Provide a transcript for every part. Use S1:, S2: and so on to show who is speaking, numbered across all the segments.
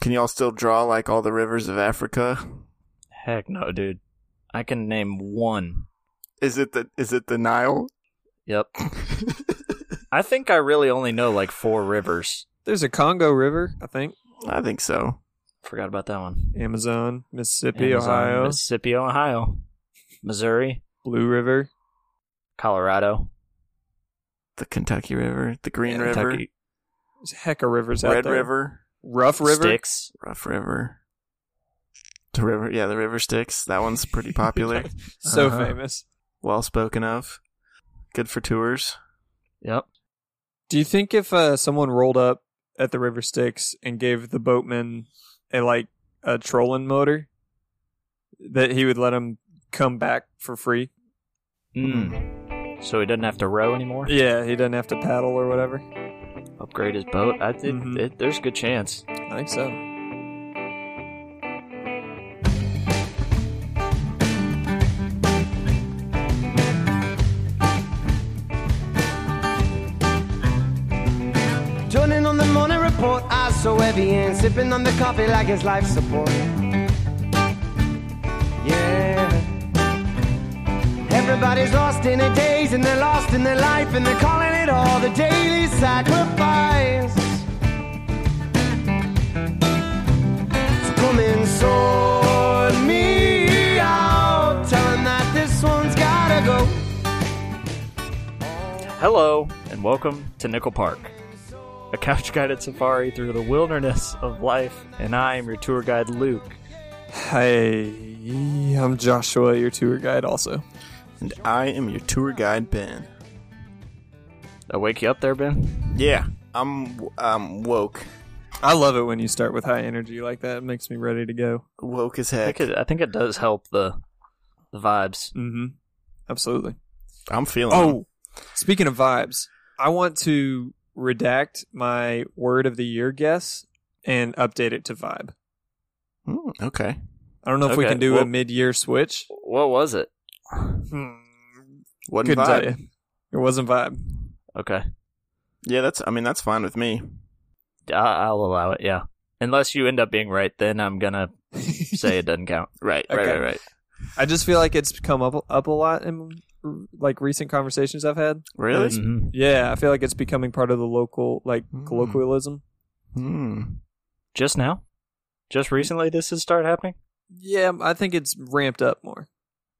S1: Can y'all still draw like all the rivers of Africa?
S2: Heck no, dude. I can name one.
S1: Is it the is it the Nile?
S2: Yep. I think I really only know like four rivers.
S3: There's a Congo River, I think.
S1: I think so.
S2: Forgot about that one.
S3: Amazon, Mississippi,
S2: Amazon,
S3: Ohio,
S2: Mississippi, Ohio, Missouri,
S3: Blue River,
S2: Colorado,
S1: The Kentucky River, the Green
S2: yeah,
S1: River,
S2: Kentucky,
S3: There's heck of rivers out
S1: Red
S3: there.
S1: River,
S3: Rough River.
S2: Sticks.
S1: Rough River. The river, yeah, the river Styx. That one's pretty popular,
S3: so
S2: Uh-huh.
S3: famous.
S1: well spoken of. Good for tours.
S2: Yep.
S3: Do you think if uh, someone rolled up at the River Styx and gave the boatman a like a trolling motor, that he would let him come back for free?
S2: Mm. So he doesn't have to row anymore.
S3: Mm-hmm. Yeah, he doesn't have to paddle or whatever.
S2: Upgrade his boat. I think
S3: Mhm.
S2: it, there's a good chance.
S3: I think so.
S4: Joining on the morning report, eyes so heavy and sipping on the coffee like it's life support. Yeah. Everybody's lost in their days and they're lost in their life and they're calling it all the daily sacrifice. So come and sort me out, telling that this one's gotta go.
S2: Hello and welcome to Nickel Park, a couch guided safari through the wilderness of life, and I am your tour guide Luke.
S3: Hey, I'm Joshua, your tour guide. Also,
S1: And I am your tour guide, Ben.
S2: Did I wake you up there, Ben?
S1: Yeah, I'm I'm woke,
S3: I love it when you start with high energy like that. It makes me ready to go.
S1: woke as
S2: I
S1: heck.
S2: think it, I think it does help the the vibes.
S3: Mm-hmm. Absolutely.
S1: I'm feeling.
S3: Oh, speaking of vibes, I want to redact my word of the year guess and update it to vibe.
S1: it. Mm, okay.
S3: I don't know if we
S2: Okay,
S3: can do a
S2: well-
S3: mid-year switch.
S2: What was it?
S1: What
S3: Couldn't tell
S1: vibe?
S3: you. It wasn't vibe.
S2: Okay,
S1: Yeah, that's. I mean, that's fine with me.
S2: I, I'll allow it. Yeah, unless you end up being right, then I'm gonna say it doesn't count.
S1: Right. Right.
S3: Okay.
S1: Right. Right.
S3: I just feel like it's come up up a lot in like recent conversations I've had.
S1: Really?
S3: Mm-hmm.
S2: Mhm.
S3: Yeah, I feel like it's becoming part of the local like
S1: Mm.
S3: colloquialism.
S1: Hmm.
S2: Just now, just recently, this has started happening.
S3: Yeah, I think it's ramped up more.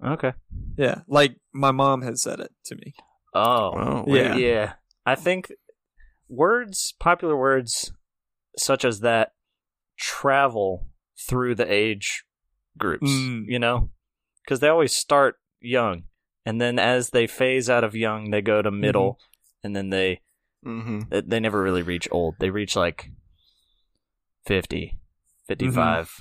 S2: Okay.
S3: Yeah, like my mom has said it to me.
S2: Oh,
S1: Oh,
S3: Yeah.
S2: yeah. I think words, popular words such as that, travel through the age groups,
S3: Mm.
S2: you know? Because they always start young. And then as they phase out of young, they go to middle. And then they,
S1: Mm-hmm.
S2: they they never really reach old. They reach like 50, 55.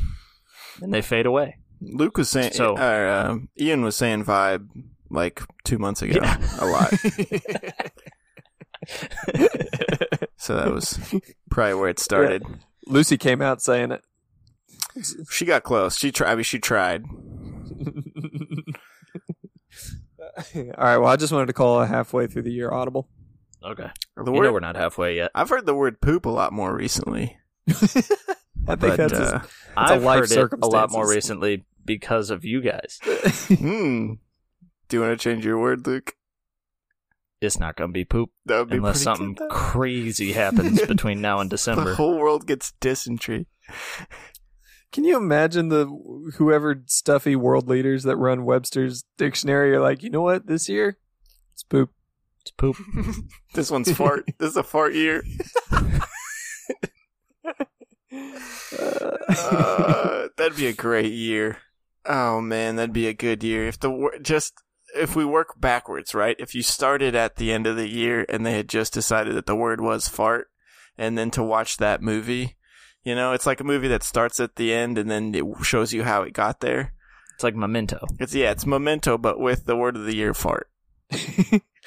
S2: And they fade away.
S1: Luke was saying.
S2: So-
S1: or, um, Ian was saying vibe like two months ago.
S2: Yeah.
S1: A lot. So that was probably where it started.
S3: Lucy came out saying it.
S1: She got close. She tried. I mean, she tried.
S3: All right. Well, I just wanted to call a halfway through the year audible.
S2: okay.
S1: The
S2: you know
S1: word.
S2: we're not halfway yet.
S1: I've heard the word poop a lot more recently.
S3: I think
S1: But,
S3: that's
S1: uh,
S3: It's a
S2: I've
S3: life
S2: heard it a lot more
S3: circumstances.
S2: recently because of you guys.
S1: hmm. Do you want to change your word, Luke?
S2: It's not going to be poop
S1: That would be
S2: unless
S1: pretty
S2: something
S1: good, though.
S2: crazy happens between now and
S1: the
S2: December.
S1: whole world gets dysentery.
S3: Can you imagine the whoever stuffy world leaders that run Webster's dictionary are like, you know what? This year, it's poop.
S2: It's poop.
S1: This one's fart. this is a fart year. Uh, that'd be a great year. Oh man, that'd be a good year if the wor- just if we work backwards, right? If you started at the end of the year and they had just decided that the word was fart, and then to watch that movie, you know, it's like a movie that starts at the end and then it shows you how it got there.
S2: It's like memento.
S1: It's yeah, it's Memento, but with the word of the year fart.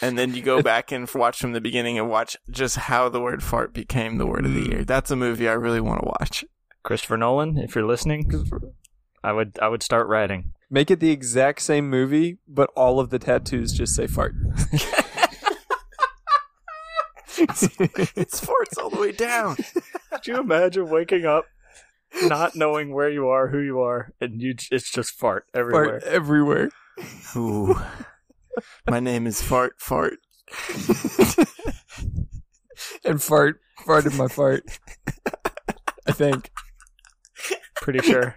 S1: and then you go back and f- watch from the beginning and watch just how the word fart became the word of the year. That's a movie I really want to watch.
S2: Christopher Nolan, if you're listening, I would I would start writing.
S3: Make it the exact same movie, but all of the tattoos just say fart.
S1: it's farts all the way down.
S2: Could you imagine waking up not knowing where you are, who you are, and you j- it's just fart everywhere.
S3: Fart everywhere.
S1: Ooh. My name is Fart Fart.
S3: and fart fart in my fart. I think.
S2: Pretty sure.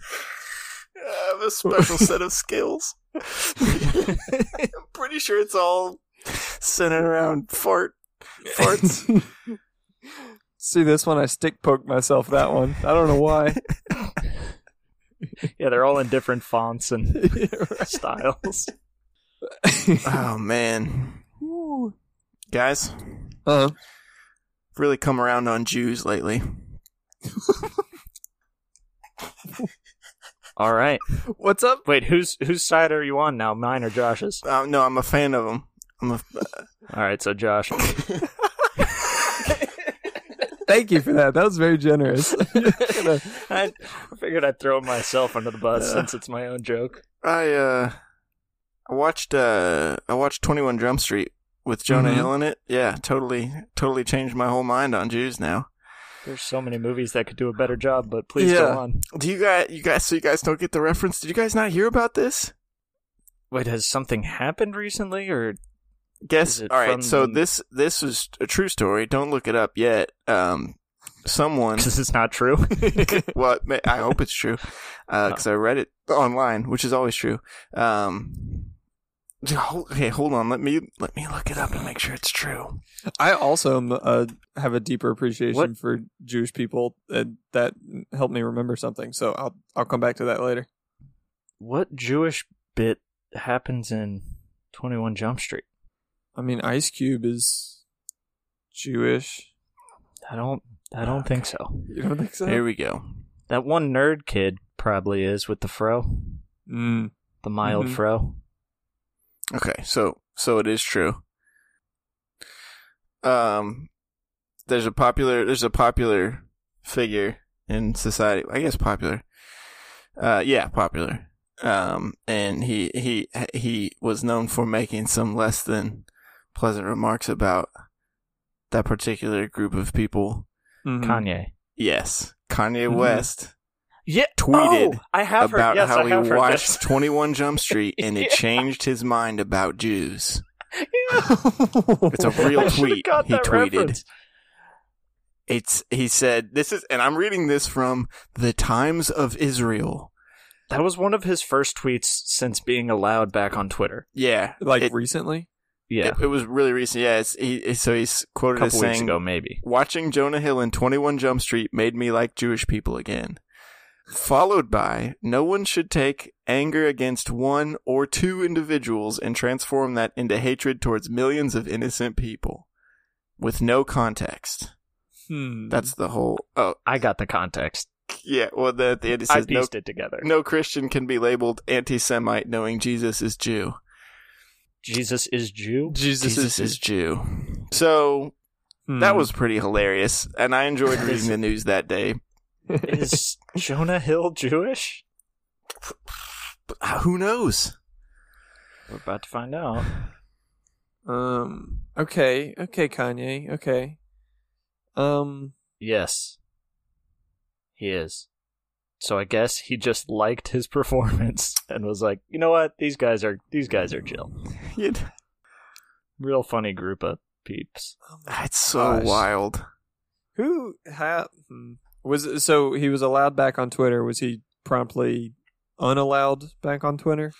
S1: I have a special set of skills. I'm pretty sure it's all centered around fart. Farts.
S3: See this one? I stick poked myself that one. I don't know why.
S2: Yeah, they're all in different fonts and styles.
S1: oh, man. Guys, Uh-huh.
S3: Uh,
S1: really come around on Jews lately.
S2: All right.
S3: what's up?
S2: Wait, whose whose side are you on now? Mine or Josh's?
S1: Uh, no, I'm a fan of them. I'm a,
S2: All right, so Josh.
S3: Thank you for that. That was very generous.
S2: I figured I'd throw myself under the bus since it's my own joke.
S1: I uh I watched uh I watched 21 Jump Street with Jonah
S3: Mhm.
S1: Hill in it. Yeah, totally totally changed my whole mind on Jews now.
S2: There's so many movies that could do a better job, but please
S3: Yeah.
S2: go on.
S1: Do you guys you guys so you guys don't get the reference? Did you guys not hear about this?
S2: Wait, has something happened recently, or Is
S1: Guess
S2: it
S1: all
S2: from
S1: right. So
S2: the-
S1: this this is a true story. Don't look it up yet. Um someone
S2: this is not true?
S1: well, it may- I hope it's true because I read it online, which is always true. Um, hold- okay, hold on. Let me let me look it up and make sure it's true.
S3: I also am, uh, have a deeper appreciation
S2: What?
S3: for Jewish people, and that helped me remember something. So I'll I'll come back to that later.
S2: what Jewish bit happens in Twenty One Jump Street?
S3: I mean, Ice Cube is Jewish.
S2: I don't. I don't think so.
S3: You don't think so?
S1: Here we go.
S2: That one nerd kid probably is with the fro,
S3: Mm.
S2: the mild
S1: Mm-hmm.
S3: Mhm.
S2: fro.
S1: Okay, so so it is true. Um, there's a popular there's a popular figure in society. I guess popular. Uh, yeah, popular. Um, and he he he was known for making some less than pleasant remarks about that particular group of people.
S3: Mhm.
S1: Mm-hmm.
S2: Kanye.
S1: Yes, Kanye
S3: Mhm.
S1: West
S2: Yeah.
S1: Tweeted
S2: Mm-hmm. oh, I have heard.
S1: about
S2: yes,
S1: how
S2: I
S1: he
S2: have heard
S1: watched 21 Jump Street and it
S2: Yeah.
S1: changed his mind about Jews.
S2: this.
S1: It's a real
S2: I should've
S1: tweet
S2: got
S1: he
S2: that
S1: tweeted.
S2: reference.
S1: It's he said this is and I'm reading this from the Times of Israel.
S2: That was one of his first tweets since being allowed back on Twitter.
S1: Yeah,
S3: like
S1: it,
S3: recently.
S2: Yeah,
S1: it, it was really recent. Yeah, it's, he, he- so he's
S2: a
S1: quoted as
S2: couple weeks
S1: saying,
S2: ago, maybe.
S1: "Watching Jonah Hill in 21 Jump Street made me like Jewish people again." Followed by, "No one should take anger against one or two individuals and transform that into hatred towards millions of innocent people." With no context.
S3: Hmm.
S1: That's
S2: Mm-hmm.
S1: the whole. Oh,
S2: I got the context.
S1: yeah. Well, the, at the end it
S2: I
S1: says, no
S2: pieced it together.
S1: No Christian can be labeled anti Semite knowing Jesus is Jew.
S2: Jesus is Jew.
S1: Jesus, is, Jew. So
S3: Hmm.
S1: that was pretty hilarious, and I enjoyed reading the news that day.
S2: Is Jonah Hill Jewish?
S1: But uh, who knows?
S2: We're about to find out.
S3: Um. Okay. Okay. Kanye. Okay. Um.
S2: Yes, he is. So I guess he just liked his performance and was like, you know what? These guys are these guys are chill.
S1: It,
S2: Real funny group of peeps.
S1: it's so
S3: Gosh.
S1: wild.
S3: Who ha- hmm. was so he was allowed back on Twitter? Was he promptly unallowed back on Twitter?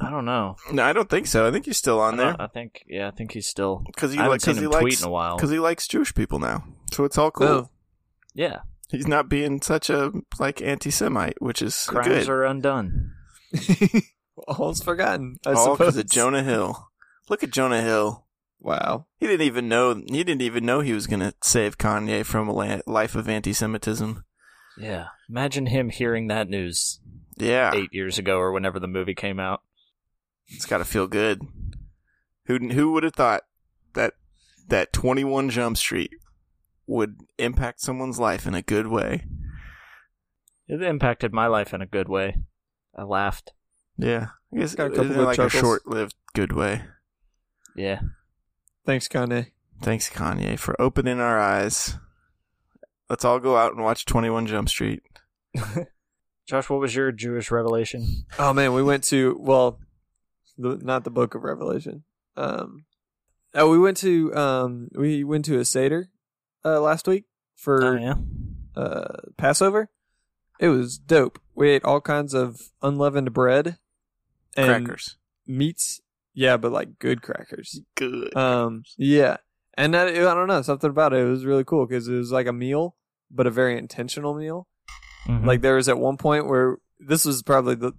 S2: I don't know.
S1: No, I don't think so. I think he's still on there
S2: I, I think yeah, I think he's still.
S1: because he,
S2: Uh, I haven't
S1: like,
S2: seen
S1: 'cause
S2: him
S1: he
S2: tweet
S1: likes
S2: in a while.
S1: because he likes Jewish people now. So it's all cool.
S3: Oh.
S2: Yeah,
S1: He's not being such a like anti Semite, which is
S2: crimes
S1: good.
S2: are undone.
S3: All's forgotten. I
S1: all
S3: suppose.
S1: because of Jonah Hill. Look at Jonah Hill.
S3: Wow.
S1: He didn't even know. He didn't even know he was going to save Kanye from a la- life of anti-Semitism.
S2: Yeah, imagine him hearing that news
S1: Yeah,
S2: eight years ago or whenever the movie came out.
S1: it's got to feel good. Who who would have thought that that Twenty One Jump Street would impact someone's life in a good way?
S2: It impacted my life in a good way. I laughed.
S1: Yeah, I guess
S3: Got a
S1: it-
S3: couple
S1: it-
S3: good
S1: like
S3: chuckles.
S1: a short-lived good way.
S2: Yeah,
S3: Thanks, Kanye.
S1: Thanks, Kanye, for opening our eyes. Let's all go out and watch 21 Jump Street.
S2: Josh, what was your Jewish revelation?
S3: Oh man, we went to well, the, not the Book of Revelation. Um, oh, we went to um, we went to a seder uh, last week for
S2: Oh, yeah.
S3: uh, Passover. It was dope. We ate all kinds of unleavened bread and
S1: Crackers.
S3: meats. Yeah, but like good crackers.
S1: Good.
S3: Um, yeah, and that, I don't know something about it. It was really cool because it was like a meal, but a very intentional meal.
S2: Mm-hmm.
S3: Like there was at one point where this was probably the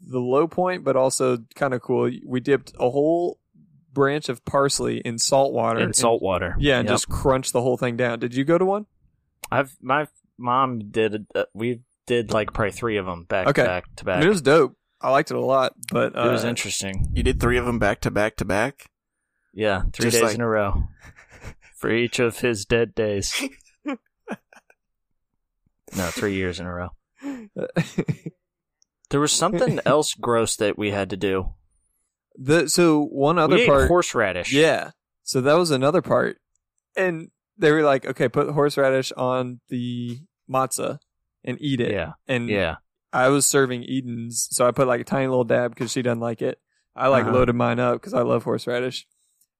S3: the low point, but also kind of cool. We dipped a whole branch of parsley in salt water.
S2: in salt water.
S3: And, yeah, and
S2: Yep.
S3: just crunched the whole thing down. Did you go to one?
S2: I've my mom did. Uh, we did like probably three of them back
S3: Okay.
S2: to back to
S3: I
S2: back.
S3: mean, it was dope. I liked it a lot, but uh,
S2: It was interesting.
S1: you did three of them back to back to back?
S2: Yeah, three
S1: Just
S2: days
S1: like-
S2: in a row for each of his dead days. no, three years in a row. There was something else gross that we had to do.
S3: the so one other
S2: we
S3: part.
S2: ate horseradish.
S3: Yeah. So that was another part. And they were like, okay, put horseradish on the matzah and eat it.
S2: yeah,
S3: And
S2: yeah.
S3: I was serving Eden's, so I put like a tiny little dab because she doesn't like it. I like
S2: Uh-huh.
S3: loaded mine up because I love horseradish.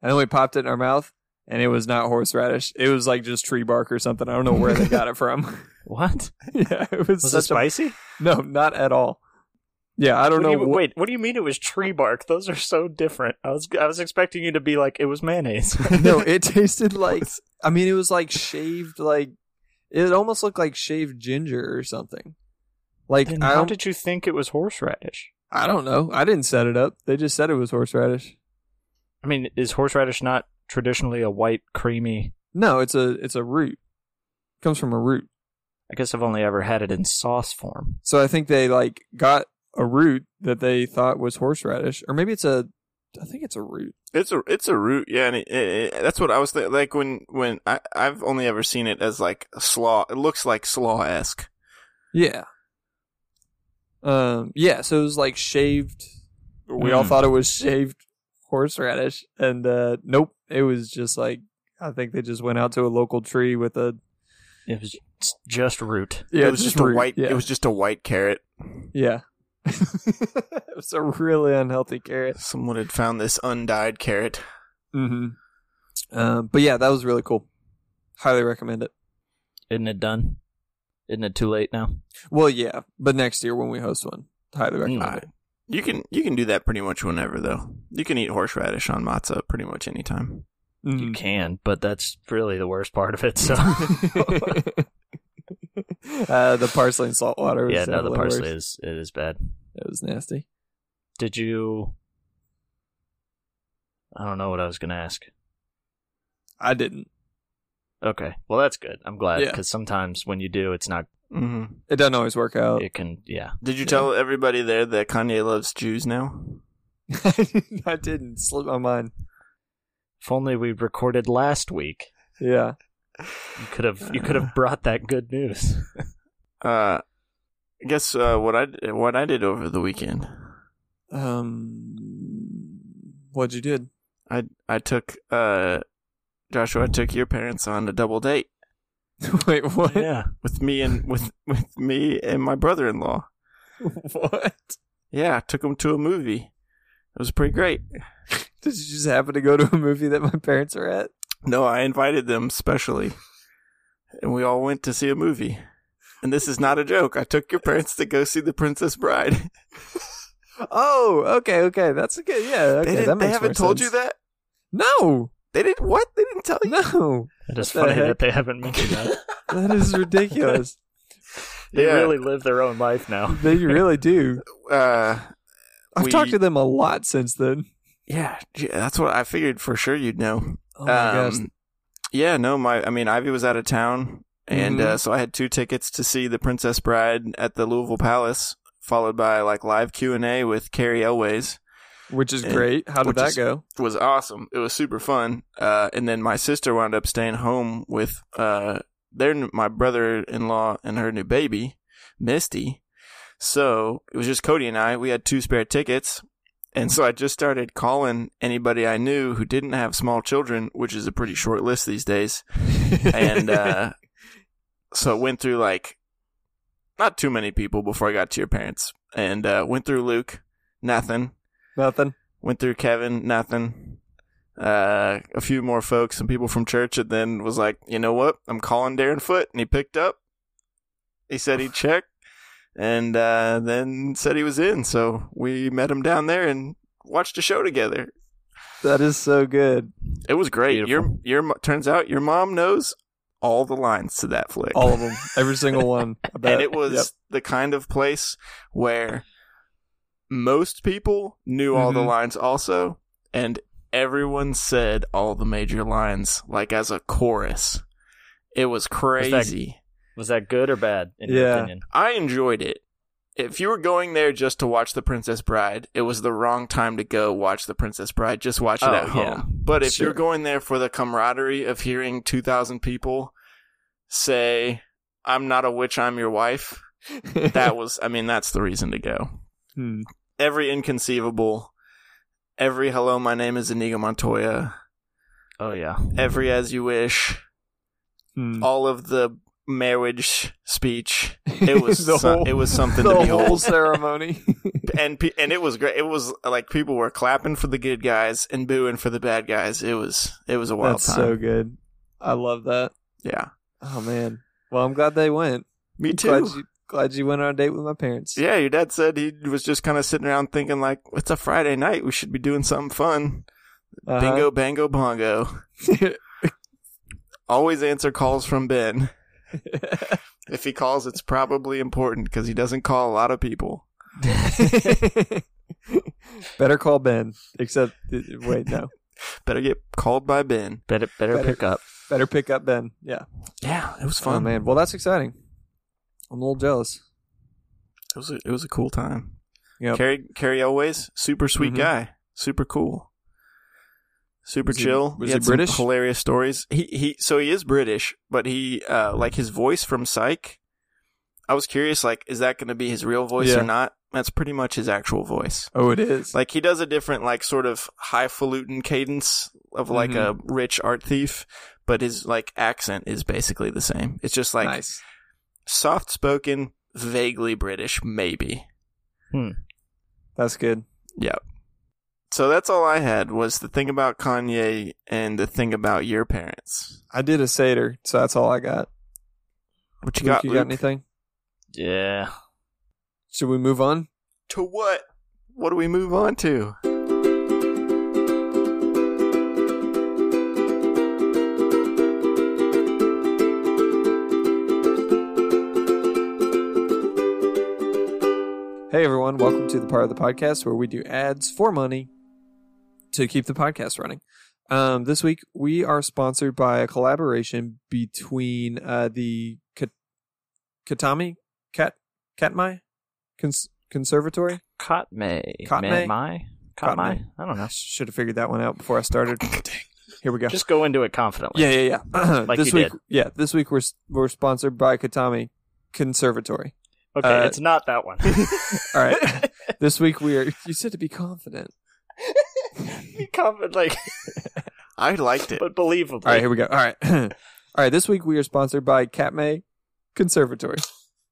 S3: And then we popped it in our mouth, and it was not horseradish. It was like just tree bark or something. I don't know where they got it from.
S2: What
S3: yeah, it
S2: was
S3: was,
S2: that
S3: such a-
S2: spicy?
S3: no, not at all. Yeah, I
S2: What do
S3: don't know.
S2: you-
S3: what-
S2: wait, what do you mean it was tree bark? Those are so different. I was I was expecting you to be like it was mayonnaise.
S3: no, it tasted like I mean it was like shaved like it almost looked like shaved ginger or something. Like
S2: Then
S3: I
S2: how
S3: don't,
S2: did you think it was horseradish?
S3: I don't know. I didn't set it up. They just said it was horseradish.
S2: I mean, is horseradish not traditionally a white creamy?
S3: No, it's a it's a root. comes from a root.
S2: I guess I've only ever had it in sauce form.
S3: So I think they like got a root that they thought was horseradish or maybe it's a I think it's a root.
S1: It's a it's a root, yeah, and it, it, it- that's what I was th- like when when I I've only ever seen it as like a slaw. It looks like slaw esque.
S3: Yeah. Um yeah, so it was like shaved we all
S1: Mm.
S3: thought it was shaved horseradish and uh nope, it was just like I think they just went out to a local tree with a
S2: It was just root.
S3: yeah,
S1: it was just, a
S3: root,
S1: white.
S3: yeah.
S1: It was just a white carrot.
S3: yeah. it was a really unhealthy carrot.
S1: Someone had found this undyed carrot.
S3: Mm-hmm. Um, but yeah, that was really cool. Highly recommend it.
S2: Isn't it done? Isn't it too late now?
S3: Well, yeah, but next year when we host one, highly recommend
S2: Mm.
S3: it.
S1: You can you can do that pretty much whenever though. You can eat horseradish on matzah pretty much anytime.
S3: Hmm. Mm-hmm.
S2: You can, but that's really the worst part of it. So
S3: uh, the parsley and salt water. Was
S2: yeah, no, the
S3: definitely
S2: parsley
S3: worse.
S2: is it is bad.
S3: It was nasty.
S2: Did you? I don't know what I was gonna ask.
S3: I didn't.
S2: Okay, well that's good. I'm glad
S3: Yeah.
S2: because sometimes when you do, it's not.
S1: hmm
S3: It doesn't always work out.
S2: It can, yeah.
S1: Did you
S3: Mm-hmm. Yeah.
S1: tell everybody there that Kanye loves Jews now?
S3: I didn't. Slipped my mind.
S2: If only we recorded last week,
S3: Yeah.
S2: you could have you could have brought that good news.
S1: Uh, I guess uh, what I what I did over the weekend.
S3: Um, what you did?
S1: I I took uh Joshua I took your parents on a double date
S3: Wait, what?
S2: yeah,
S1: with me and with with me and my brother-in-law.
S3: What?
S1: Yeah, I took them to a movie. It was pretty great.
S3: Did you just happen to go to a movie that my parents are at?
S1: No, I invited them specially. And we all went to see a movie. And this is not a joke. I took your parents to go see The Princess Bride.
S3: Oh, okay, okay. That's a good. Yeah, okay.
S1: they
S3: that
S1: didn't,
S3: makes
S1: they haven't
S3: more
S1: told you
S3: sense.
S1: that?
S3: No,
S1: They didn't what? They didn't tell you?
S3: no.
S2: it is
S3: What the
S2: funny
S3: heck?
S2: that they haven't mentioned that.
S3: That is ridiculous.
S2: They
S1: Yeah.
S2: really live their own life now.
S3: they really do.
S1: Uh
S3: I've
S1: We-
S3: talked to them a lot since then.
S1: yeah, gee, that's what I figured for sure you'd know.
S3: Oh my gosh.
S1: Um, Yeah, no, my I mean Ivy was out of town, and
S3: Mhm.
S1: uh, so I had two tickets to see The Princess Bride at the Louisville Palace, followed by like live Q and A with Carrie Elways.
S3: Which is
S1: and-
S3: great. How did
S1: Eh, which
S3: that
S1: is-
S3: go?
S1: It was awesome. It was super fun. Uh, and then my sister wound up staying home with uh, their my brother in law and her new baby, Misty. So it was just Cody and I. We had two spare tickets, And so I just started calling anybody I knew who didn't have small children, which is a pretty short list these days. And uh, so it went through like not too many people before I got to your parents. And uh, went through Luke, nothing.
S3: Nothing.
S1: Went through Kevin, nothing. Uh, a few more folks, some people from church, and then was like, you know what? I'm calling Darren Foot. And he picked up. He said he checked and uh, then said he was in. So we met him down there and watched a show together.
S3: That is so good.
S1: It was great.
S2: Beautiful.
S1: Your your mo- turns out your mom knows all the lines to that flick,
S3: All of them. Every single one. I bet.
S1: and it was
S3: Yep.
S1: the kind of place where most people knew all the
S2: Mm-hmm.
S3: Mhm.
S1: lines also, and everyone said all the major lines like as a chorus. It was
S2: that-
S1: crazy.
S2: Was that good or bad in your
S3: Yeah.
S2: opinion?
S1: I enjoyed it. If you were going there just to watch The Princess Bride, it was the wrong time to go watch The Princess Bride. Just watch it
S2: Oh,
S1: at home.
S2: yeah.
S1: But if you're
S3: Sure.
S1: going there for the camaraderie of hearing 2,000 people say, I'm not a witch, I'm your wife, that was, I mean, that's the reason to go.
S3: Hmm.
S1: Every inconceivable, every hello, my name is Inigo Montoya,
S2: Oh yeah.
S1: every as you wish,
S3: Hmm.
S1: all of the marriage speech. It was,
S3: The
S1: so-
S3: whole-
S1: it was something to
S3: the
S1: behold.
S3: whole ceremony.
S1: and pe- and it was great. It was like people were clapping for the good guys and booing for the bad guys. It was it was a wild
S3: That's
S1: time.
S3: so good. I love that.
S1: Yeah,
S3: Oh man. Well, I'm glad they went.
S1: me
S3: Glad
S1: too.
S3: you, glad you went on a date with my parents.
S1: yeah, your dad said he was just kind of sitting around thinking like, it's a Friday night. We should be doing something fun.
S3: Uh-huh.
S1: Bingo, bango, bongo. Always answer calls from Ben. If he calls, it's probably important because he doesn't call a lot of people.
S3: Better call Ben. Except, uh, wait, no.
S1: Better get called by Ben.
S2: Better better,
S3: Better.
S2: pick up.
S3: Better pick up Ben. Yeah.
S1: Yeah, it was
S3: Oh
S1: fun.
S3: man. Well, that's exciting. I'm a little jealous.
S1: It was a, it was a cool time. Mm-hmm.
S3: Yep.
S1: Carrie Carrie always super sweet
S3: Mhm.
S1: guy, super cool, super
S3: Was he-
S1: chill. he
S3: was he
S1: had some
S3: British?
S1: hilarious stories. He he. So he is British, but he uh like his voice from Psych. I was curious, like, is that going to be his real voice
S3: Yeah.
S1: or not? That's pretty much his actual voice.
S3: Oh, it is.
S1: Like he does a different, like, sort of highfalutin cadence of like
S3: Mm-hmm.
S1: a rich art thief, but his like accent is basically the same. It's just like
S3: nice.
S1: soft spoken, vaguely British, maybe.
S3: That's good.
S1: So that's all I had was the thing about Kanye and the thing about your parents.
S3: I did a Seder, so that's all I got.
S1: What you
S3: Luke,
S1: got,
S3: you
S1: Luke?
S3: got anything?
S2: Yeah.
S3: Should we move on?
S1: to what? What do we move on to?
S3: Hey everyone, welcome to the part of the podcast where we do ads for money to keep the podcast running. Um, this week we are sponsored by a collaboration between uh, the Kat- Katami Kat Katmai Cons- Conservatory.
S2: Cotmay.
S3: Cotmay?
S2: Man, my? Cotmay?
S3: Cotmay?
S2: I don't know.
S3: Should have figured that one out before I started. Here we go.
S2: Just go into it confidently.
S3: yeah, yeah, yeah.
S2: Like
S3: this
S2: you
S3: week,
S2: did.
S3: yeah, this week we're s- we're sponsored by Katami Conservatory.
S2: Okay,
S3: Uh,
S2: it's not that one.
S3: All right, this week we are. You said to be confident.
S2: Be confident, like,
S1: I liked it.
S2: but believable.
S3: All right, here we go. All right. All right, this week we are sponsored by Katmai Conservatory.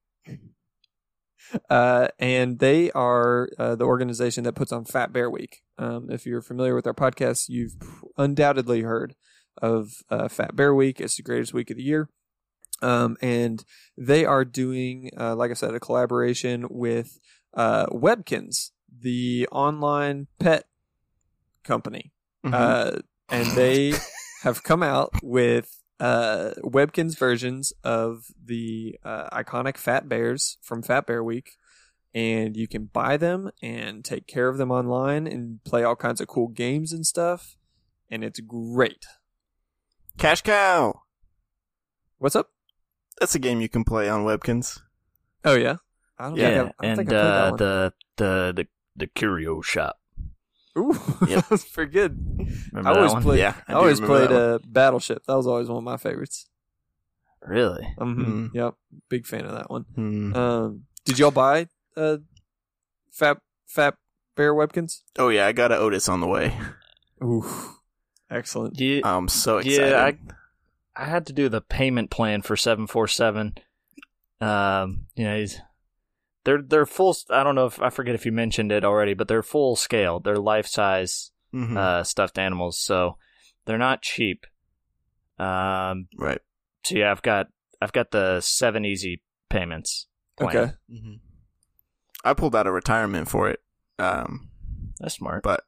S3: Uh, and they are uh, the organization that puts on Fat Bear Week. Um, if you're familiar with our podcast, you've undoubtedly heard of uh, Fat Bear Week. It's the greatest week of the year. Um, and they are doing, uh, like I said, a collaboration with uh, Webkins, the online pet company
S1: Mhm.
S3: uh, and they have come out with uh, Webkin's versions of the uh, iconic Fat Bears from Fat Bear Week, and you can buy them and take care of them online and play all kinds of cool games and stuff, and it's great.
S1: Cash Cow.
S3: What's up?
S1: That's a game you can play on Webkins.
S3: Oh yeah, I don't
S2: Yeah,
S3: think I, I don't
S2: and
S3: think I played that
S2: uh,
S3: one.
S2: the the the the curio shop.
S3: Ooh,
S1: Yep.
S3: that was pretty good.
S2: Remember
S3: I
S2: that
S3: always
S2: one?
S3: played.
S1: Yeah, I
S3: I,
S1: do
S3: always
S1: remember
S3: played
S1: that
S3: uh, Battleship. That was always one of my favorites.
S2: Really?
S3: Mhm. Yep, big fan of that one.
S1: Hmm.
S3: Um, did y'all buy uh, Fat Fat Bear Webkins?
S1: Oh yeah, I got an Otis on the way.
S3: Ooh, excellent.
S2: Yeah,
S1: I'm so excited.
S2: Yeah, I had to do the payment plan for seven four seven. Um, you know, he's they're they're full. I don't know if I forget if you mentioned it already, but they're full scale. They're life size
S1: Mhm.
S2: uh, stuffed animals, so they're not cheap. Um,
S1: right.
S2: so yeah, I've got I've got the seven easy payments. Plan.
S3: Okay.
S2: mm-hmm.
S1: hmm I pulled out a retirement for it. Um,
S2: that's smart.
S1: but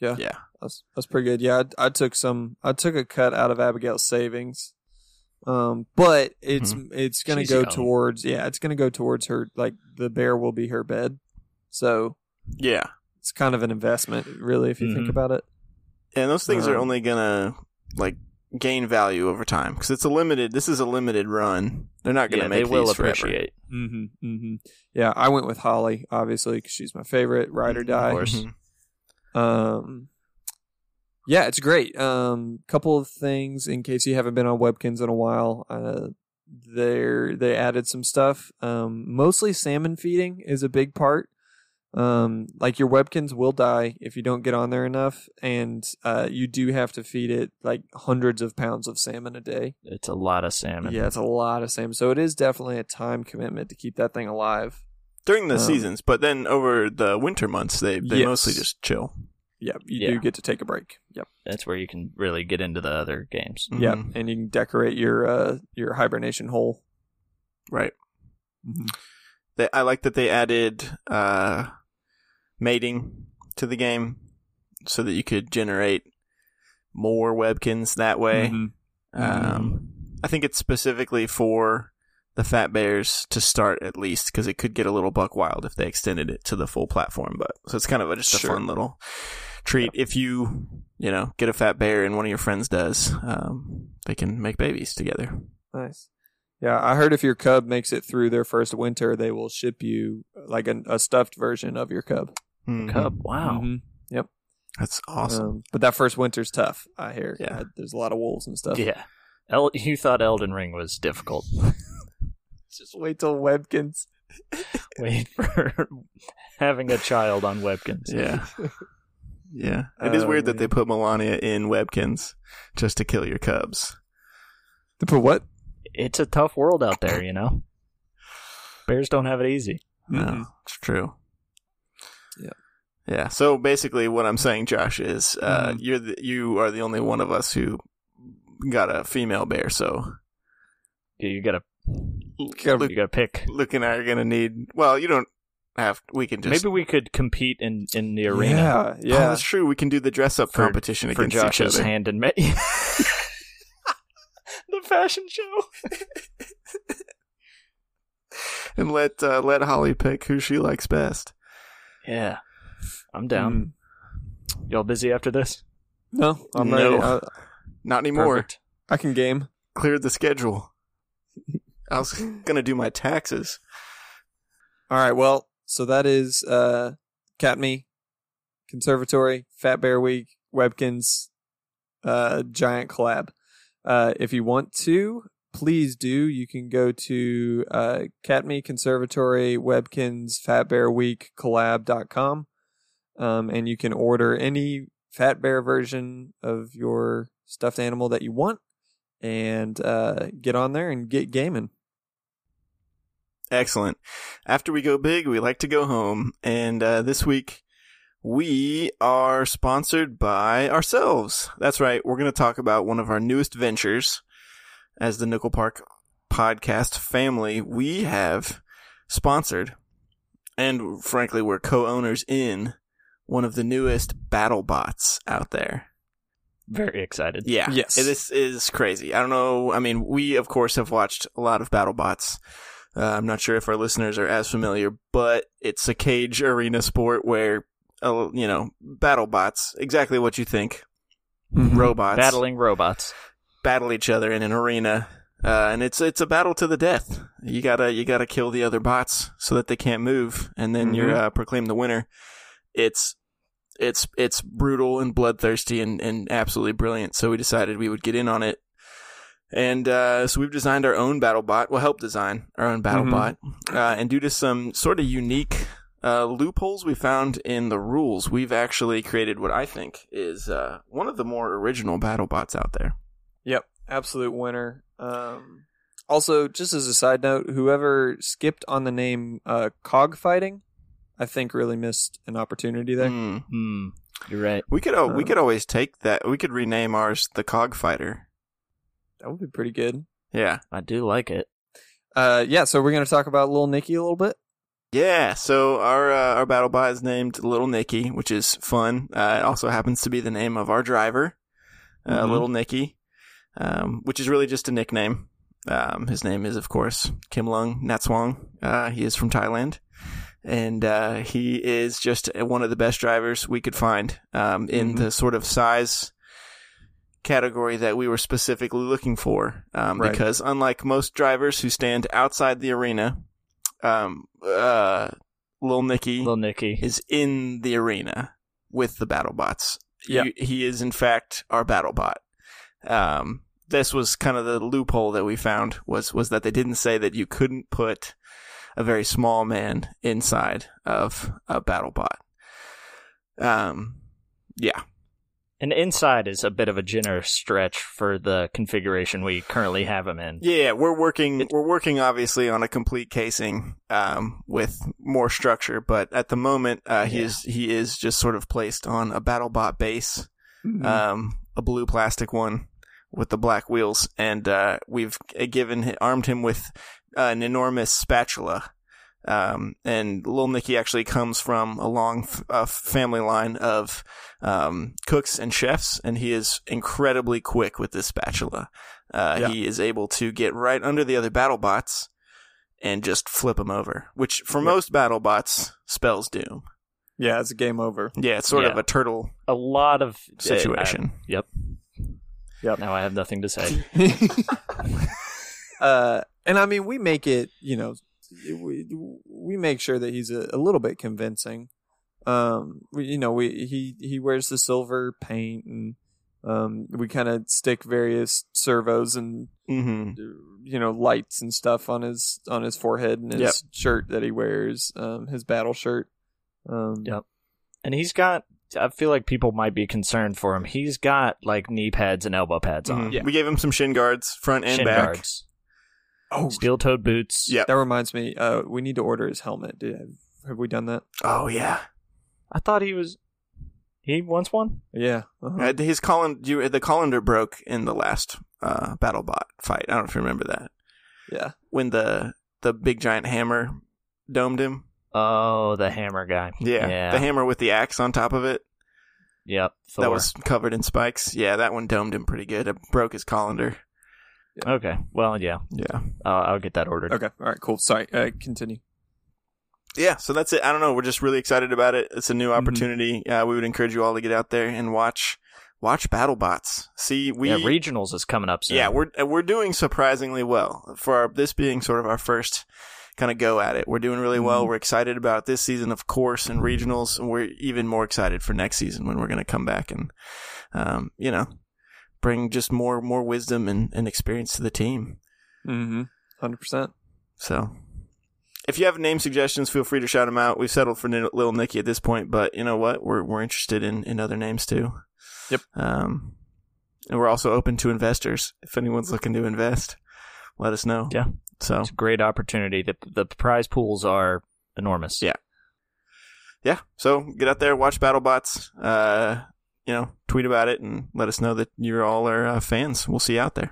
S3: Yeah.
S1: yeah,
S3: That's that's pretty good. Yeah, I, I took some. I took a cut out of Abigail's savings, um, but it's it's gonna
S2: She's
S3: go
S2: young.
S3: towards yeah, it's gonna go towards her like the bear will be her bed, so
S1: yeah.
S3: it's kind of an investment really if you think
S2: Mhm.
S3: about it.
S1: And those things are
S2: Uh-huh.
S3: Um,
S1: only gonna like gain value over time because it's a limited. This is a limited run. They're not gonna
S2: yeah,
S1: make
S2: they will
S1: these forever.
S2: appreciate.
S3: Mm-hmm. Mm-hmm. Yeah, I went with Holly obviously because she's my favorite ride or die.
S2: Of course.
S1: Mhm.
S3: Um, yeah, it's great. Um, couple of things in case you haven't been on Webkins in a while. Uh, there they added some stuff. Um, mostly salmon feeding is a big part. Um, like your Webkins will die if you don't get on there enough, and uh, you do have to feed it like hundreds of pounds of salmon a day.
S2: It's a lot of salmon.
S3: Yeah, it's a lot of salmon, so it is definitely a time commitment to keep that thing alive.
S1: During the
S3: Um,
S1: seasons, but then over the winter months, they they
S3: Yes.
S1: mostly just chill.
S3: Yep, you
S2: Yeah.
S3: do get to take a break. Yep.
S2: That's where you can really get into the other games.
S3: Yep,
S1: Mhm.
S3: and you can decorate your uh, your hibernation hole. Mm-hmm.
S1: Right. They, I like that they added uh, mating to the game so that you could generate more Webkins that way.
S2: Mm-hmm.
S3: Mhm.
S1: Um, I think it's specifically for the fat bears to start at least because it could get a little buck wild if they extended it to the full platform. But so it's kind of a, just a
S3: Sure.
S1: fun little treat. If you you know get a fat bear and one of your friends does, um, they can make babies together.
S3: Mm-hmm. Nice. Yeah, I heard if your cub makes it through their first winter, they will ship you like an, a stuffed version of your cub.
S1: Mm-hmm.
S2: Cup.
S1: Oh,
S2: Wow.
S3: Mhm.
S1: That's awesome.
S3: Um, but that first winter's tough. I hear.
S1: Yeah.
S3: Uh, there's a lot of wolves and stuff.
S2: Yeah. El- you thought Elden Ring was difficult.
S3: Just wait till Webkins.
S2: Wait for having a child on Webkins.
S1: Yeah. Yeah. It is
S3: Oh,
S1: weird that
S3: man.
S1: they put Melania in Webkins just to kill your cubs.
S3: For what?
S2: It's a tough world out there, you know? Bears don't have it easy. Mm-hmm.
S1: No, it's true.
S3: Yeah.
S1: Yeah. So basically, what I'm saying, Josh, is uh,
S2: Mm-hmm.
S3: Mhm.
S1: you're the, you are the only one of us who got a female bear. So
S2: You- You gotta,
S3: Gotta-
S2: you gotta pick.
S1: Luke and I are gonna need. Well, you don't have. We can just.
S2: Maybe we could compete in, in the arena
S3: Yeah,
S1: Oh,
S3: yeah.
S1: that's true. We can do the dress up
S2: For-
S1: competition
S2: for
S1: against
S2: Josh's
S1: each other.
S2: hand and ma- the fashion show.
S1: and let uh, let Holly pick who she likes best.
S2: Yeah. I'm down.
S3: Mm.
S2: Y'all busy after this?
S3: No, I'm
S1: No.
S3: ready. I,
S1: Not anymore.
S2: Perfect.
S3: I can game.
S1: Cleared the schedule. I was gonna do my taxes.
S3: All right. Well, so that is uh, Cat Me, Conservatory, Fat Bear Week, Webkins, uh, Giant Collab. Uh, if you want to, please do. You can go to uh, Cat Me, Conservatory, Webkins, Fat Bear Week, Collab.com, um, and you can order any Fat Bear version of your stuffed animal that you want and uh, get on there and get gaming.
S1: Excellent. After we go big, we like to go home. And uh, this week, we are sponsored by ourselves. That's right. We're going to talk about one of our newest ventures as the Nickel Park podcast family. We have sponsored, and frankly, we're co owners in one of the newest battle bots out there.
S2: Very excited.
S1: Yeah.
S3: Yes.
S1: And This is crazy. I don't know. I mean, we, of course, have watched a lot of BattleBots. Uh, I'm not sure if our listeners are as familiar, but it's a cage arena sport where, uh, you know, BattleBots, exactly what you think, robots
S2: Battling robots.
S1: battle each other in an arena. Uh, and it's it's a battle to the death. You gotta you gotta kill the other bots so that they can't move, and then you're uh, proclaimed the winner. It's it's it's brutal and bloodthirsty and, and absolutely brilliant. So we decided we would get in on it, and uh, so we've designed our own battle bot. We'll help design our own battle
S3: Mhm.
S1: bot, uh, and due to some sort of unique uh, loopholes we found in the rules, we've actually created what I think is uh, one of the more original battle bots out there.
S3: Yep, absolute winner. Um, also, just as a side note, whoever skipped on the name uh, Cogfighting, I think really missed an opportunity there.
S1: Hmm.
S2: Hmm. You're right.
S1: We could al we
S3: Uh,
S1: could always take that. We could rename ours the Cogfighter.
S3: That would be pretty good.
S1: Yeah.
S2: I do like it.
S3: Uh, yeah, so we're gonna talk about Little Nicky a little bit.
S1: Yeah, so our uh, our battle bot is named Little Nicky, which is fun. Uh, it also happens to be the name of our driver, uh,
S2: Mhm.
S1: Little Nicky, um, which is really just a nickname. Um, his name is, of course, Kim Lung Natswang. Uh, he is from Thailand, and uh, he is just one of the best drivers we could find um, in
S3: Mhm.
S1: the sort of size category that we were specifically looking for. Um,
S3: Right.
S1: Because unlike most drivers who stand outside the arena, um, uh, Lil Nicky
S2: Little Nicky.
S1: is in the arena with the battle bots.
S3: Yeah.
S1: You- he is in fact our battle bot. Um, this was kind of the loophole that we found was was that they didn't say that you couldn't put a very small man inside of a battle bot. Um, yeah,
S2: And inside is a bit of a generous stretch for the configuration we currently have him in.
S1: yeah, we're working we're working obviously on a complete casing um, with more structure, but at the moment uh, he
S2: Yeah.
S1: is he is just sort of placed on a battle bot base.
S2: Mm-hmm.
S3: Uh,
S1: um, a blue plastic one with the black wheels, and uh, we've given armed him with an enormous spatula. Um, and Lil Nicky actually comes from a long f- uh, family line of um, cooks and chefs, and he is incredibly quick with this spatula. Uh,
S3: Yeah.
S1: He is able to get right under the other battle bots and just flip them over, which for most battle bots spells doom.
S3: yeah, it's a game over.
S1: Yeah, it's sort
S2: Yeah.
S1: of a turtle
S2: A lot of
S1: situation.
S2: I- now I have nothing to say.
S3: uh, and I mean, we make it, you know, we, we make sure that he's a, a little bit convincing. Um, we, you know, we he he wears the silver paint, and um, we kind of stick various servos and
S1: mm-hmm.
S3: you know lights and stuff on his on his forehead and his
S1: Yep.
S3: shirt that he wears, um, his battle shirt. Um,
S2: Yep. And he's got. I feel like people might be concerned for him. He's got like knee pads and elbow pads on.
S1: Mhm.
S3: Yeah.
S1: We gave him some shin guards, front and
S2: Shin
S1: back.
S2: guards,
S3: Oh,
S2: steel-toed boots.
S1: Yeah.
S3: that reminds me. Uh, we need to order his helmet. Did, have, have we done that?
S1: Oh yeah,
S2: I thought he was. He wants one.
S3: Yeah. Uh-huh.
S2: Mm-hmm.
S1: Uh, his colin- you, the colander broke in the last uh, BattleBot fight. I don't know if you remember that
S3: Yeah.
S1: when the the big giant hammer domed him.
S2: Oh, the hammer guy.
S1: Yeah,
S2: yeah.
S1: the hammer with the axe on top of it
S2: yep. Thor.
S1: that was covered in spikes. Yeah, that one domed him pretty good. It broke his colander.
S2: okay. Well, yeah.
S1: Yeah,
S2: Uh, I'll get that ordered.
S3: Okay. All right. Cool. Sorry. Uh, continue.
S1: yeah. So that's it. I don't know. We're just really excited about it. It's a
S2: Mm-hmm.
S1: new opportunity. Uh, we would encourage you all to get out there and watch watch BattleBots. See, we
S2: yeah, regionals is coming up soon.
S1: Yeah, we're uh, we're doing surprisingly well for our, this being sort of our first kind of go at it. We're doing really well. We're excited about this season, of course, and regionals. And we're even more excited for next season when we're going to come back and, um, you know, bring just more more wisdom and, and experience to the team.
S3: Mm-hmm. Hundred percent.
S1: So, if you have name suggestions, feel free to shout them out. We've settled for Ni- Little Nicky at this point, but you know what? We're we're interested in in other names too.
S3: Yep.
S1: Um, and we're also open to investors. If anyone's looking to invest, let us know.
S2: Yeah.
S1: So
S2: It's a great opportunity. The the prize pools are enormous.
S1: Yeah. yeah, so get out there, watch BattleBots. Uh, you know, tweet about it and let us know that you all are uh, fans. We'll see you out there.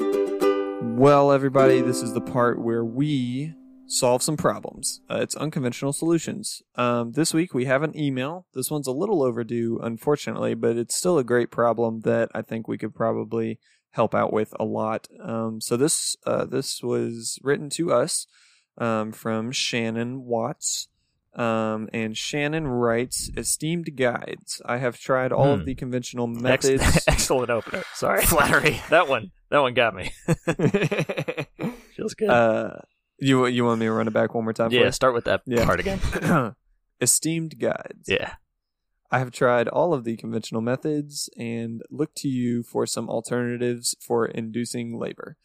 S3: Well, everybody, this is the part where we solve some problems. Uh, it's unconventional solutions. Um, this week we have an email. This one's a little overdue, unfortunately, but it's still a great problem that I think we could probably help out with a lot. Um, so this uh, this was written to us um, from Shannon Watts. Um, and Shannon writes, esteemed guides, I have tried all
S2: Hmm.
S3: of the conventional
S2: Ex-
S3: methods.
S2: excellent opener. Sorry.
S1: Flattery.
S2: That one. That one got me. Feels good.
S3: Uh, you you want me to run it back one more time? for
S2: yeah. Start with that
S3: Yeah.
S2: part again.
S3: you? Esteemed guides,
S2: Yeah.
S3: I have tried all of the conventional methods and look to you for some alternatives for inducing labor.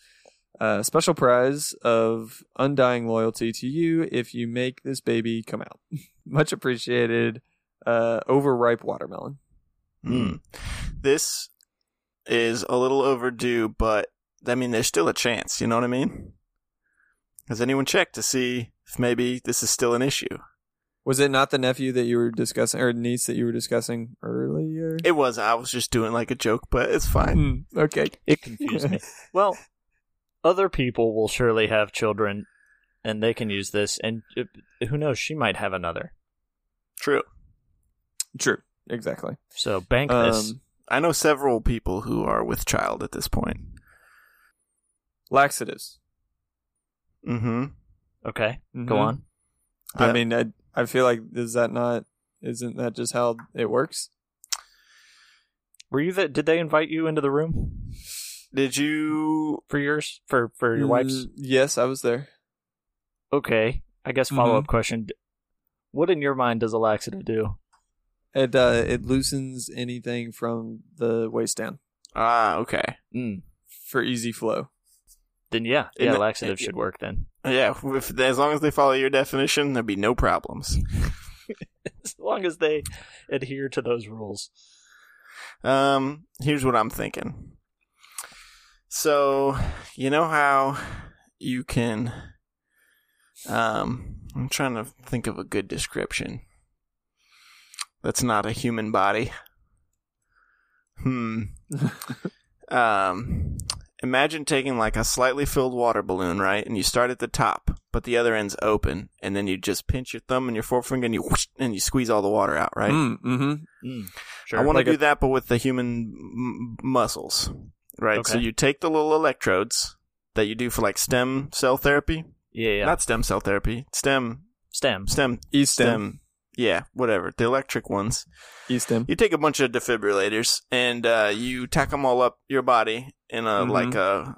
S3: Uh, special prize of undying loyalty to you if you make this baby come out. Much appreciated. Uh, overripe watermelon.
S1: Hmm. This is a little overdue, but I mean, there's still a chance. You know what I mean? Has anyone checked to see if maybe this is still an issue?
S3: Was it not the nephew that you were discussing, or niece that you were discussing earlier?
S1: It was. I was just doing like a joke, but it's fine.
S3: Hmm, okay.
S2: It confused me. Well, other people will surely have children, and they can use this. And uh, who knows? She might have another.
S1: True.
S3: True. Exactly.
S2: So bank this.
S3: Um,
S1: I know several people who are with child at this point.
S3: laxatives.
S1: Mm-hmm.
S2: Okay,
S3: Mhm.
S2: go on.
S3: I
S1: Yeah.
S3: mean, I, I feel like is that not isn't that just how it works?
S2: Were you that? Did they invite you into the room
S1: Did you?
S2: for yours for for your wife's?
S3: Mm, yes, I was there.
S2: Okay, I guess
S3: Mhm.
S2: follow up question. D- What in your mind does a laxative do?
S3: It uh, it loosens anything from the waist down
S1: Ah, okay.
S2: Mm.
S3: for easy flow.
S2: Then yeah,
S1: In
S2: yeah,
S1: the-
S2: laxative
S1: in-
S2: should work then.
S1: Yeah. If, as long as they follow your definition, there'll be no problems.
S2: as long as they adhere to those rules.
S1: Um, here's what I'm thinking. So, you know how you can um I'm trying to think of a good description. That's not a human body. Hmm. um imagine taking like a slightly filled water balloon, right? And you start at the top, but the other end's open, and then you just pinch your thumb and your forefinger and you whoosh, and you squeeze all the water out, right?
S3: Mm, hmm
S2: Mm, sure.
S1: I want
S3: Like
S1: to
S3: a-
S1: do that, but with the human m- muscles, right? So
S2: Okay.
S1: you take the little electrodes that you do for like stem cell therapy,
S2: yeah, yeah.
S1: not stem cell therapy, stem,
S2: stems.
S1: stem,
S3: East stem.
S1: stem, yeah, whatever, the electric ones.
S3: East stem.
S1: You take a bunch of defibrillators and uh, you tack them all up your body in a
S3: Mhm.
S1: like a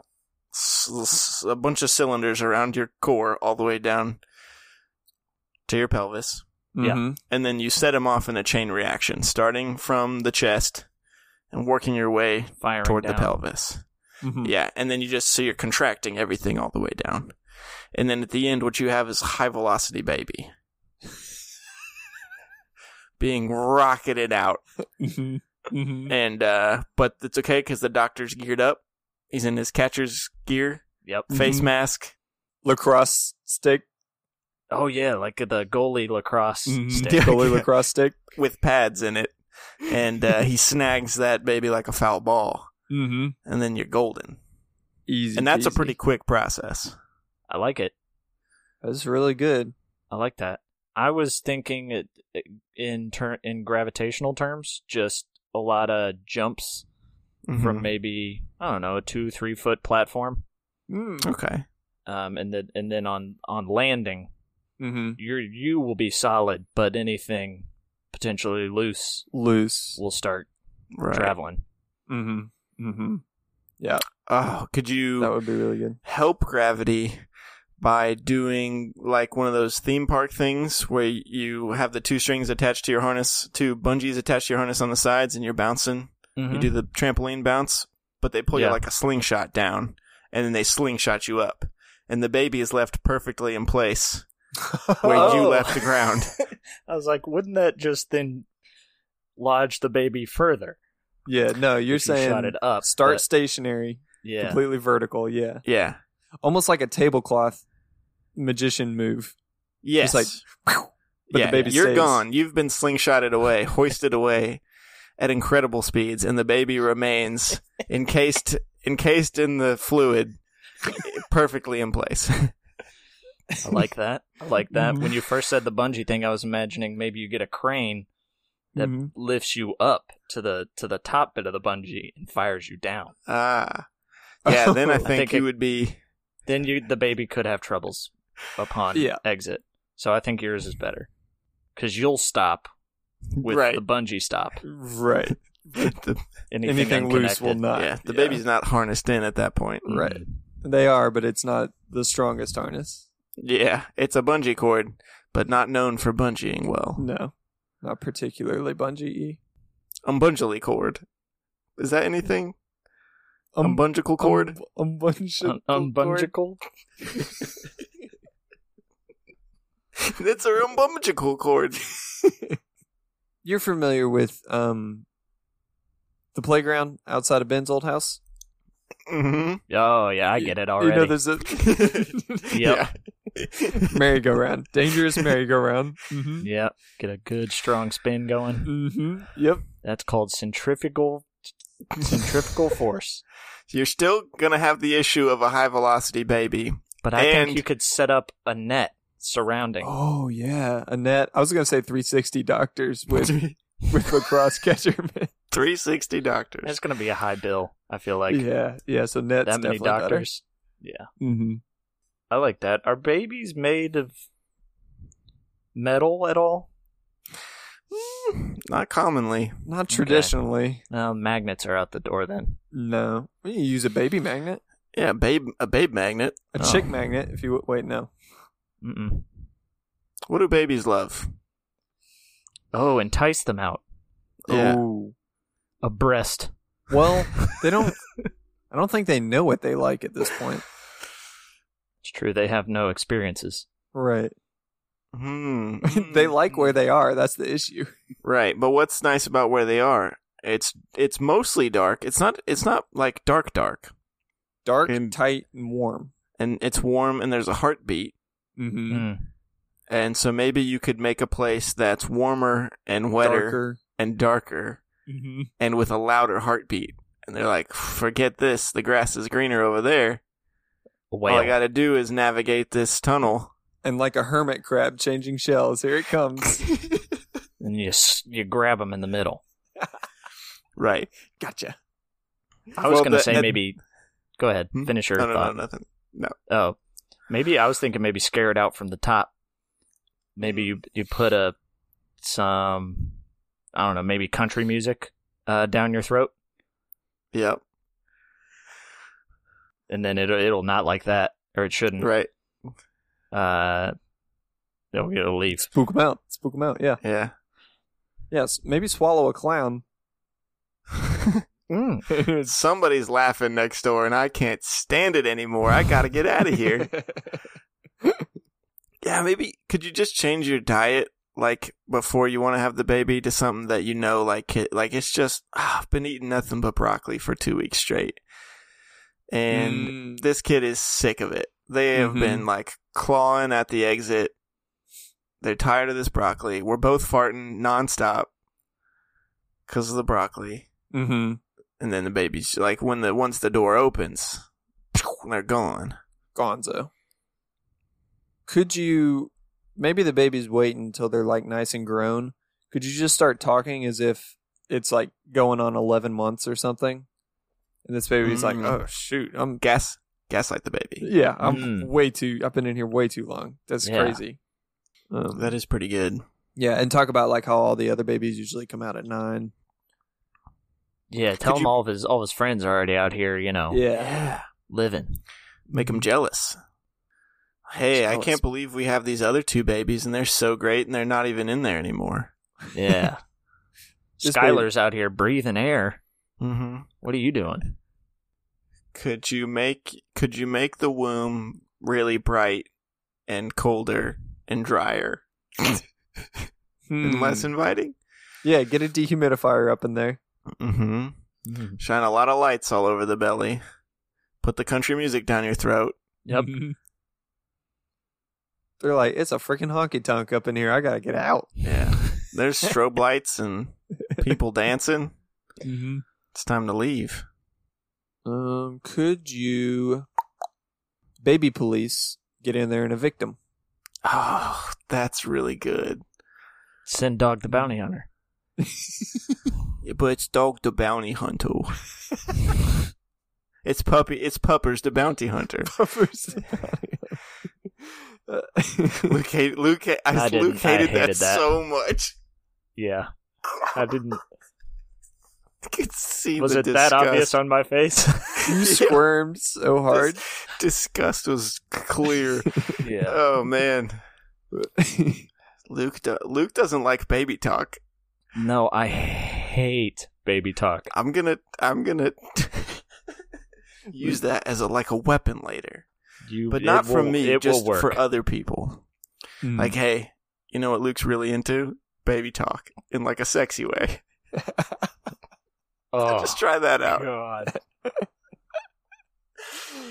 S1: s- s- a bunch of cylinders around your core, all the way down to your pelvis
S2: Yeah.
S3: Mhm.
S1: and then you set them off in a chain reaction, starting from the chest and working your way
S2: Firing
S1: toward the
S2: down.
S1: pelvis.
S3: Mhm.
S1: Yeah, and then you just so you're contracting everything all the way down, and then at the end, what you have is a high velocity baby being rocketed out,
S3: Mhm. Mhm.
S1: and uh, but it's okay because the doctor's geared up. He's in his catcher's gear,
S2: Yep.
S1: face
S3: Mhm.
S1: mask.
S3: Lacrosse stick.
S2: Oh yeah, like the goalie lacrosse
S3: Mhm.
S2: Mm-hmm. stick.
S1: Mm-hmm, Yeah.
S3: Goalie lacrosse stick.
S1: With pads in it, and uh, he snags that baby like a foul ball,
S3: Mm-hmm.
S1: and then you're golden.
S3: Easy.
S1: and that's a
S3: peasy.
S1: pretty quick process.
S2: I like it.
S3: That's really good.
S2: I like that. I was thinking it, it- in ter- in gravitational terms, just a lot of jumps
S1: Mm-hmm.
S2: from maybe I don't know a two three foot platform,
S3: Mm.
S1: Okay.
S2: um, and then and then on on landing,
S3: Mm-hmm.
S2: you you will be solid, but anything potentially loose
S3: Loose.
S2: will start
S1: Right.
S2: traveling.
S3: Mm-hmm. Mm-hmm.
S1: Oh, could
S3: That
S1: you
S3: would be really good.
S1: help gravity by doing like one of those theme park things where you have the two strings attached to your harness, two bungees attached to your harness on the sides, and you're bouncing. You
S2: Mhm.
S1: do the trampoline bounce, but they pull you
S2: Yeah.
S1: like a slingshot down, and then they slingshot you up, and the baby is left perfectly in place where you
S2: Oh.
S1: left the ground.
S2: I was like, wouldn't that just then lodge the baby further?
S3: Yeah, no, you're
S2: if you
S3: saying
S2: shot it up.
S3: start
S2: but-
S3: stationary,
S2: yeah,
S3: completely vertical. Yeah,
S1: Yeah.
S3: almost like a tablecloth magician move.
S1: Yes.
S3: like, But the baby
S1: you're
S3: stays.
S1: gone. You've been slingshotted away, hoisted away at incredible speeds, and the baby remains encased encased in the fluid, perfectly in place.
S2: I like that. I like that.
S3: Mhm.
S2: when you first said the bungee thing, I was imagining maybe you get a crane that
S3: Mhm.
S2: lifts you up to the to the top bit of the bungee and fires you down.
S1: Ah, yeah. Then I think,
S2: think
S1: you
S2: it-
S1: would be.
S2: Then you the baby could have troubles upon
S3: Yeah.
S2: exit. So I think yours is better because you'll stop with
S1: Right.
S2: the bungee stop.
S3: Right.
S1: the,
S2: Anything,
S3: Anything loose will
S2: unconnected.
S3: not.
S1: yeah, the baby's not harnessed in at that point.
S2: Mhm.
S3: right. They are, but it's not the strongest harness.
S1: Yeah, it's a bungee cord, but not known for bungeeing well.
S3: No. Not particularly bungee.
S1: Umbungical cord. Is that anything?
S3: Um,
S1: Umbungical cord?
S3: Um, umbungical.
S2: Un- umbungical?
S1: it's a umbungical cord.
S3: You're familiar with um the playground outside of Ben's old house?
S1: Mm-hmm.
S2: Oh yeah, I get it already.
S3: You know there's a
S1: Yeah.
S3: merry-go-round. Dangerous merry-go-round. Mm-hmm.
S2: yeah, get a good strong spin going.
S3: Mm-hmm. Yep.
S2: That's called centrifugal centrifugal force.
S1: You're still gonna have the issue of a high velocity baby.
S2: But I
S1: And-
S2: think you could set up a net surrounding.
S3: Oh yeah, Annette. I was gonna say 360 doctors with with lacrosse catcher. man.
S1: 360 doctors.
S2: That's gonna be a high bill. I feel like
S3: yeah, yeah. So Annette's
S2: that many doctors. Yeah,
S3: Mm-hmm.
S2: I like that. Are babies made of metal at all?
S1: Mm, Not commonly.
S3: Not traditionally.
S2: No, Uh, magnets are out the door then.
S3: No. Well, You use a baby magnet,
S1: Yeah, babe, a babe magnet.
S3: a
S2: Oh.
S3: chick magnet. If you wait, no.
S2: Mm-mm.
S1: What do babies love?
S2: Oh, entice them out.
S1: Yeah.
S3: Oh.
S2: A breast.
S3: Well, they don't. I don't think they know what they like at this point.
S2: It's true. They have no experiences.
S3: Right.
S1: Hmm.
S3: they like where they are. That's the issue.
S1: Right, but what's nice about where they are? It's it's mostly dark. It's not it's not like dark dark,
S3: Dark,
S1: And-
S3: tight, and warm.
S1: and it's warm and there's a heartbeat.
S3: Mm-hmm.
S2: Mm.
S1: And so maybe you could make a place that's warmer and wetter
S3: Darker.
S1: and darker
S3: Mm-hmm.
S1: and with a louder heartbeat. And they're like, forget this. The grass is greener over there.
S2: A whale.
S1: All I got to do is navigate this tunnel.
S3: And like a hermit crab changing shells. Here it comes.
S2: and you s- you grab them in the middle.
S1: Right.
S3: Gotcha.
S2: I was
S1: Well,
S2: gonna
S1: the-
S2: say
S1: and-
S2: maybe. Go ahead,
S1: Hmm?
S2: finish your
S1: No, no, no,
S2: thought.
S1: nothing.
S2: Oh, maybe I was thinking maybe scare it out from the top. Maybe you you put a some I don't know maybe country music uh, down your throat,
S1: Yep.
S2: and then it will it'll not like that or it shouldn't.
S1: Right.
S2: Uh, it'll, it'll leave.
S3: Spook them out. Spook them out. Yeah.
S1: Yeah.
S3: Yes. Maybe swallow a clown.
S1: Hmm.
S2: Mm.
S1: Somebody's laughing next door and I can't stand it anymore. I got to get out of here. yeah, maybe could you just change your diet like before you want to have the baby to something that you know like ki- like it's just ah, I've been eating nothing but broccoli for 2 weeks straight. And
S3: Mm.
S1: this kid is sick of it. They have
S3: Mhm.
S1: been like clawing at the exit. They're tired of this broccoli. We're both farting nonstop because of the broccoli.
S3: Mm-hmm.
S1: And then the baby's like when the once the door opens, they're gone.
S3: Gonzo. Could you maybe the baby's waiting until they're like nice and grown? Could you just start talking as if it's like going on eleven months or something? And this baby's like,
S1: Mm.
S3: Oh shoot, I'm
S1: Gas gaslight the baby.
S3: yeah, I'm
S2: Mm.
S3: way too I've been in here way too long. That's
S2: Yeah.
S3: crazy. Um,
S1: That is pretty good.
S3: yeah, and talk about like how all the other babies usually come out at nine.
S2: Yeah, tell
S1: Could
S2: him
S1: you-
S2: all of his all of his friends are already out here, you know,
S3: Yeah.
S2: living.
S1: Make them jealous. Hey, I
S2: Jealous.
S1: can't believe we have these other two babies and they're so great and they're not even in there anymore.
S2: Yeah,
S3: Just
S2: Skylar's out here breathing air.
S1: Mm-hmm.
S2: What are you doing?
S1: Could you make could you make the womb really bright and colder and drier and less inviting?
S3: Hmm. Yeah, get a dehumidifier up in there.
S1: Mm-hmm. Shine a lot of lights all over the belly. Put the country music down your throat.
S2: Yep.
S3: Mm-hmm. They're like, it's a freaking honky tonk up in here. I gotta get out.
S1: Yeah. There's strobe lights and people dancing.
S3: Mm-hmm.
S1: It's time to leave.
S3: Um, could you baby police get in there and evict them?
S1: Oh, that's really good.
S2: Send Dog the Bounty Hunter.
S1: But it's Dog the Bounty Hunter. it's puppy. It's Puppers the Bounty Hunter.
S3: Buffers.
S1: Luke, hate, Luke, ha- I,
S2: I didn't.
S1: Luke hated,
S2: I hated
S1: that,
S2: that.
S1: so much.
S2: Yeah, I didn't.
S1: I could see
S2: Was
S1: the
S2: it
S1: disgust.
S2: that obvious on my face?
S3: you squirmed so hard.
S1: Disgust was clear.
S2: yeah.
S1: oh man, Oh, Luke do- Luke doesn't like baby talk.
S2: No, I hate baby talk.
S1: I'm gonna I'm gonna use that as a like a weapon later,
S2: You,
S1: but
S2: it
S1: not from
S2: will-
S1: me,
S2: It
S1: just
S2: will work. Hmm.
S1: for other people.
S3: Mm.
S1: Like, hey, you know what Luke's really into? Baby talk in like a sexy way.
S2: oh,
S1: Just try that out.
S2: God.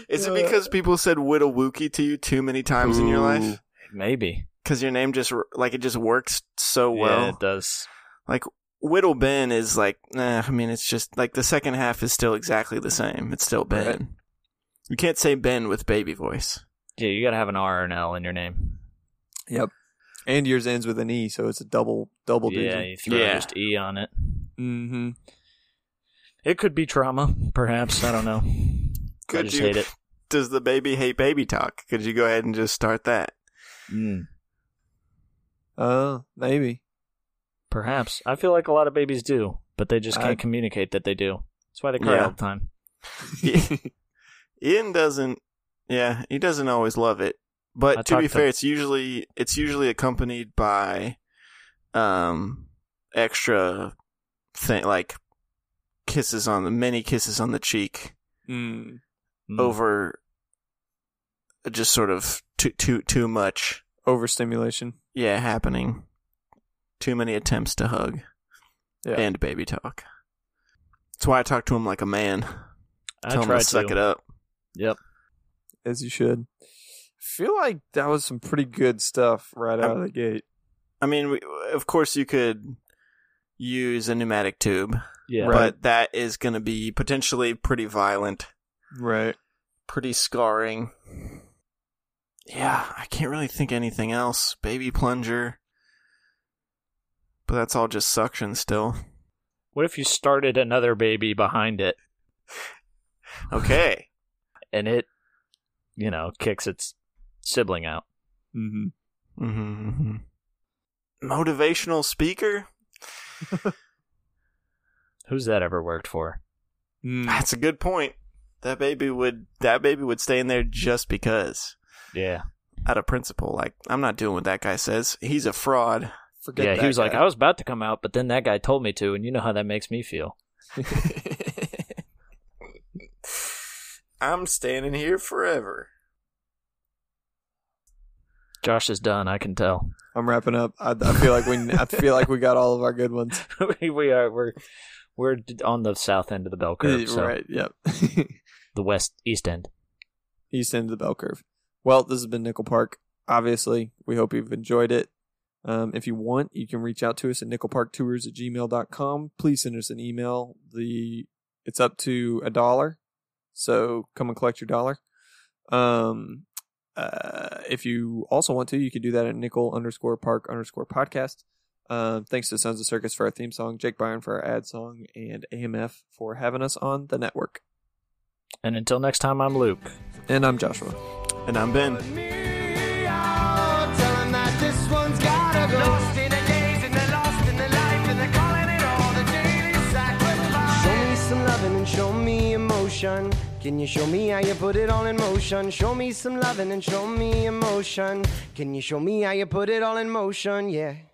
S1: Is it because people said "Whittle Wookie" to you too many times in your life?
S2: Maybe.
S1: Because your name just r- like it just works so Oh, well.
S2: yeah, it does.
S1: Whittle Ben is like, nah, I mean, it's just like the second half is still exactly the same. It's still Ben.
S3: Right.
S1: You can't say Ben with baby voice.
S2: Yeah, you gotta have an R or an L in your name.
S3: and yours ends with an E, so it's a double double
S2: yeah,
S3: digit.
S2: you throw
S1: Yeah.
S2: just E on it.
S3: Mm-hmm.
S2: It could be trauma, perhaps. I don't know. I
S1: Could
S2: just
S1: you-
S2: hate it.
S1: Does the baby hate baby talk? Could you go ahead and just start that?
S2: Mm,
S3: Uh, maybe.
S2: perhaps. I feel like a lot of babies do, but they just can't
S3: I-
S2: communicate that they do. That's why they cry
S1: Yeah.
S2: all the time.
S1: Ian doesn't. Yeah, he doesn't always love it. But
S2: I
S1: to be
S2: talked to-
S1: fair, it's usually it's usually accompanied by, um, extra thing like kisses on the many kisses on the cheek.
S3: Mm.
S2: Mm.
S1: over just sort of too too too much
S3: Overstimulation.
S1: yeah happening too many attempts to hug
S3: Yeah.
S1: and baby talk that's why i talk to him like a man
S2: I
S1: tell him
S2: try
S1: to suck it up
S2: Yep.
S3: as you should. I feel like that was some pretty good stuff right out of the gate.
S1: i mean we, of course you could use a pneumatic tube
S2: Yeah.
S3: Right.
S1: but that is going to be potentially pretty violent
S3: Right.
S1: pretty scarring yeah i can't really think anything else baby plunger but that's all just suction still
S2: What if you started another baby behind it
S1: okay
S2: and it, you know, kicks its sibling out?
S3: Mm-hmm.
S1: Mm-hmm. Motivational speaker?
S2: Who's that ever worked for?
S3: Mm.
S1: That's a good point. That baby would that baby would stay in there just because
S2: Yeah.
S1: out of principle. Like I'm not doing what that guy says. He's a fraud.
S3: Forget
S2: yeah,
S3: that
S2: he was like,
S3: guy.
S2: I was about to come out, but then that guy told me to, and you know how that makes me feel.
S1: I'm standing here forever.
S2: Josh is done, I can tell.
S3: I'm wrapping up. I, I feel like we. I feel like we got all of our good ones.
S2: we are we're we're d- on the south end of the bell curve, so
S3: Right. Yep.
S2: the west east end.
S3: East end of the bell curve. Well, this has been Nickel Park. Obviously, we hope you've enjoyed it. Um, if you want, you can reach out to us at nickelparktours at gmail.com. Please send us an email. The It's up to a dollar, so come and collect your dollar. Um, uh, if you also want to, you can do that at nickel underscore park underscore podcast. Um, thanks to Sons of Circus for our theme song, Jake Byron for our ad song, and AMF for having us on the network.
S2: And until next time, I'm Luke.
S3: And I'm Joshua.
S1: And I'm Ben.
S4: me out. Tell 'em that this one's gotta go. Lost in the days and they're lost in the life and they're calling it all the daily sacrifice. Show me some loving and show me emotion. Can you show me how you put it all in motion? Show me some loving and show me emotion. Can you show me how you put it all in motion? Yeah.